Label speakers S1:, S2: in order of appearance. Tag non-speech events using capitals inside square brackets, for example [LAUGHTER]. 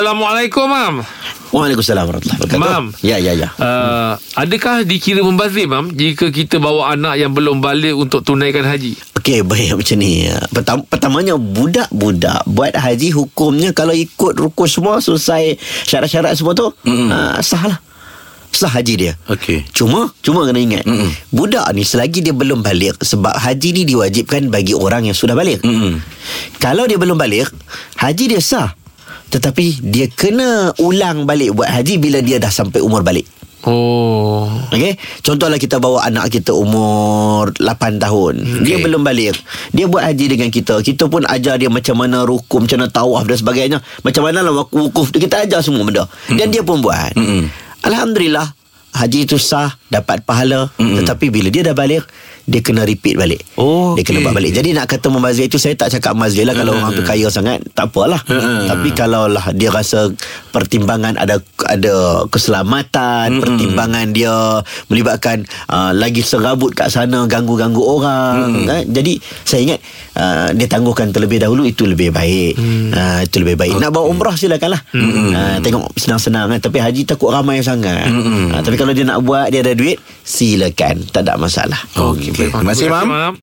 S1: Assalamualaikum, Mam.
S2: Waalaikumsalam warahmatullahi wabarakatuh.
S1: Mam.
S2: Ya, ya, ya.
S1: Uh, adakah dikira membazir, Mam, jika kita bawa anak yang belum balik untuk tunaikan haji?
S2: Okey, baik [LAUGHS] macam ni. Pertam- pertamanya budak-budak buat haji hukumnya kalau ikut rukun semua selesai syarat-syarat semua tu, mm. uh, sah lah. Sah haji dia.
S3: Okey.
S2: Cuma cuma kena ingat Mm-mm. budak ni selagi dia belum balik sebab haji ni diwajibkan bagi orang yang sudah balik.
S3: Mm-mm.
S2: Kalau dia belum balik, haji dia sah. Tetapi dia kena ulang balik buat haji bila dia dah sampai umur balik.
S1: Oh.
S2: Okey, contohlah kita bawa anak kita umur 8 tahun. Okay. Dia belum balik. Dia buat haji dengan kita. Kita pun ajar dia macam mana rukun, macam mana tawaf dan sebagainya. Macam mana lah wak- wukuf. Kita ajar semua benda. Dan dia pun buat.
S3: Mm-mm.
S2: Alhamdulillah, haji itu sah, dapat pahala. Mm-mm. Tetapi bila dia dah balik, dia kena repeat balik.
S3: Oh,
S2: Dia kena
S3: okey. Ha,
S2: buat balik. Jadi nak kata membazir itu saya tak cakap mazir lah kalau orang tu kaya sangat tak apalah. Tapi kalau lah dia rasa pertimbangan ada ada keselamatan, pertimbangan dia melibatkan uh, lagi serabut kat sana ganggu-ganggu orang. Ha? Jadi saya ingat uh, dia tangguhkan terlebih dahulu itu lebih baik.
S3: Mm.
S2: Uh, itu lebih baik. Nak bawa umrah silakanlah. Uh, tengok senang-senang kan tapi haji takut ramai sangat. Uh, tapi kalau dia nak buat dia ada duit silakan tak ada masalah.
S3: Okey. baik. Terima kasih, Mam.
S1: Mam.